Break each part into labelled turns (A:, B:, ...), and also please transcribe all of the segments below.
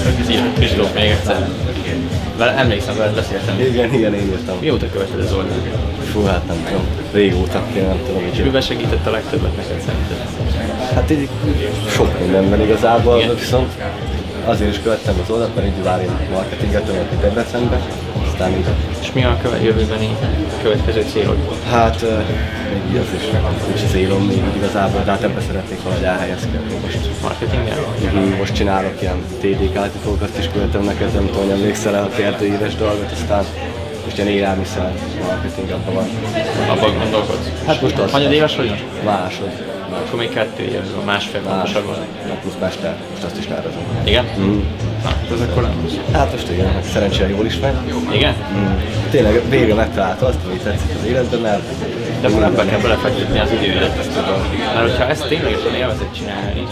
A: az írott Krisdóf még egyszer. Vele emlékszem, veled beszéltem.
B: Igen, igen, én írtam.
A: Mióta követed az oldalt?
B: Fú, hát nem tudom. Régóta, én nem tudom, hogy
A: Miben segített a legtöbbet neked szerinted?
B: Hát így sok mindenben igazából,
A: Igen.
B: Igen. viszont azért is követtem az oldalt, mert így várj marketinget töltött Debrecenbe, aztán így,
A: És mi a köve- jövőbeni következő célod?
B: hát ö, így az is nincs célom még így igazából, de hát ebbe szeretnék valahogy elhelyezkedni most.
A: Marketinggel?
B: Mhm, Most csinálok ilyen TDK átítók, azt is küldtem neked, nem tudom, hogy emlékszel el a tértő éves dolgot, aztán most ilyen élelmiszer marketing abban van.
A: Abban gondolkodsz?
B: Hát most az.
A: Hanyad éves vagy most?
B: Másod.
A: Akkor még kettő év, a másfél
B: Másod.
A: pontosabban.
B: Hát plusz mester, most azt is tervezem.
A: Igen?
B: Mm.
A: Na, hát ez akkor nem is.
B: Hát most igen, hát szerencsére jól is megy.
A: Igen?
B: Mm. Tényleg végre megtalálta azt, ami tetszik az életben, mert
A: De akkor ebbe kell belefektetni az idődet, ezt tudom. Mert hogyha ezt ténylegesen élvezett csinálni,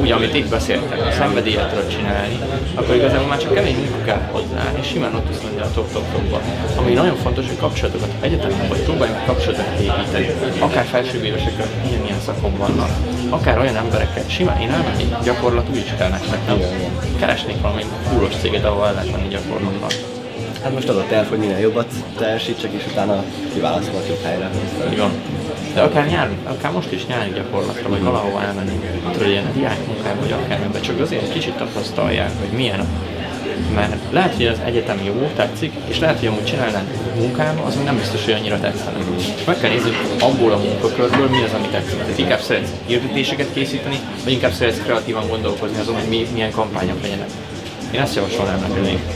A: úgy, amit itt beszéltek, a szenvedélyedről csinálni, akkor igazából már csak kemény munka kell hozzá, és simán ott tudsz lenni a top top topba. Ami nagyon fontos, hogy kapcsolatokat egyetemen vagy próbáljunk kapcsolatokat építeni. Akár felsőbb évesekkel, ilyen ilyen szakon vannak, akár olyan emberekkel, simán én elmennék gyakorlat úgy is kell nektek, nem? Keresnék valami fúros céget, ahol el lehet menni gyakorlatban.
B: Hát most az a terv, hogy minél jobbat teljesítsek, és utána kiválasztom a jobb helyre.
A: Így van. De akár nyáron, akár most is nyári gyakorlatra, vagy valahova elmenni, tudod, ilyen diákmunkába, vagy akármiben, csak azért hogy kicsit tapasztalják, hogy milyen a mert lehet, hogy az egyetem jó, tetszik, és lehet, hogy amúgy csinálnád munkába, az még nem biztos, hogy annyira tetszene. És meg kell nézzük abból a munkakörből, mi az, ami tetszik. Tehát inkább szeretsz hirdetéseket készíteni, vagy inkább szeretsz kreatívan gondolkozni azon, hogy mi, milyen kampányok legyenek. Én ezt javasolnám neked még.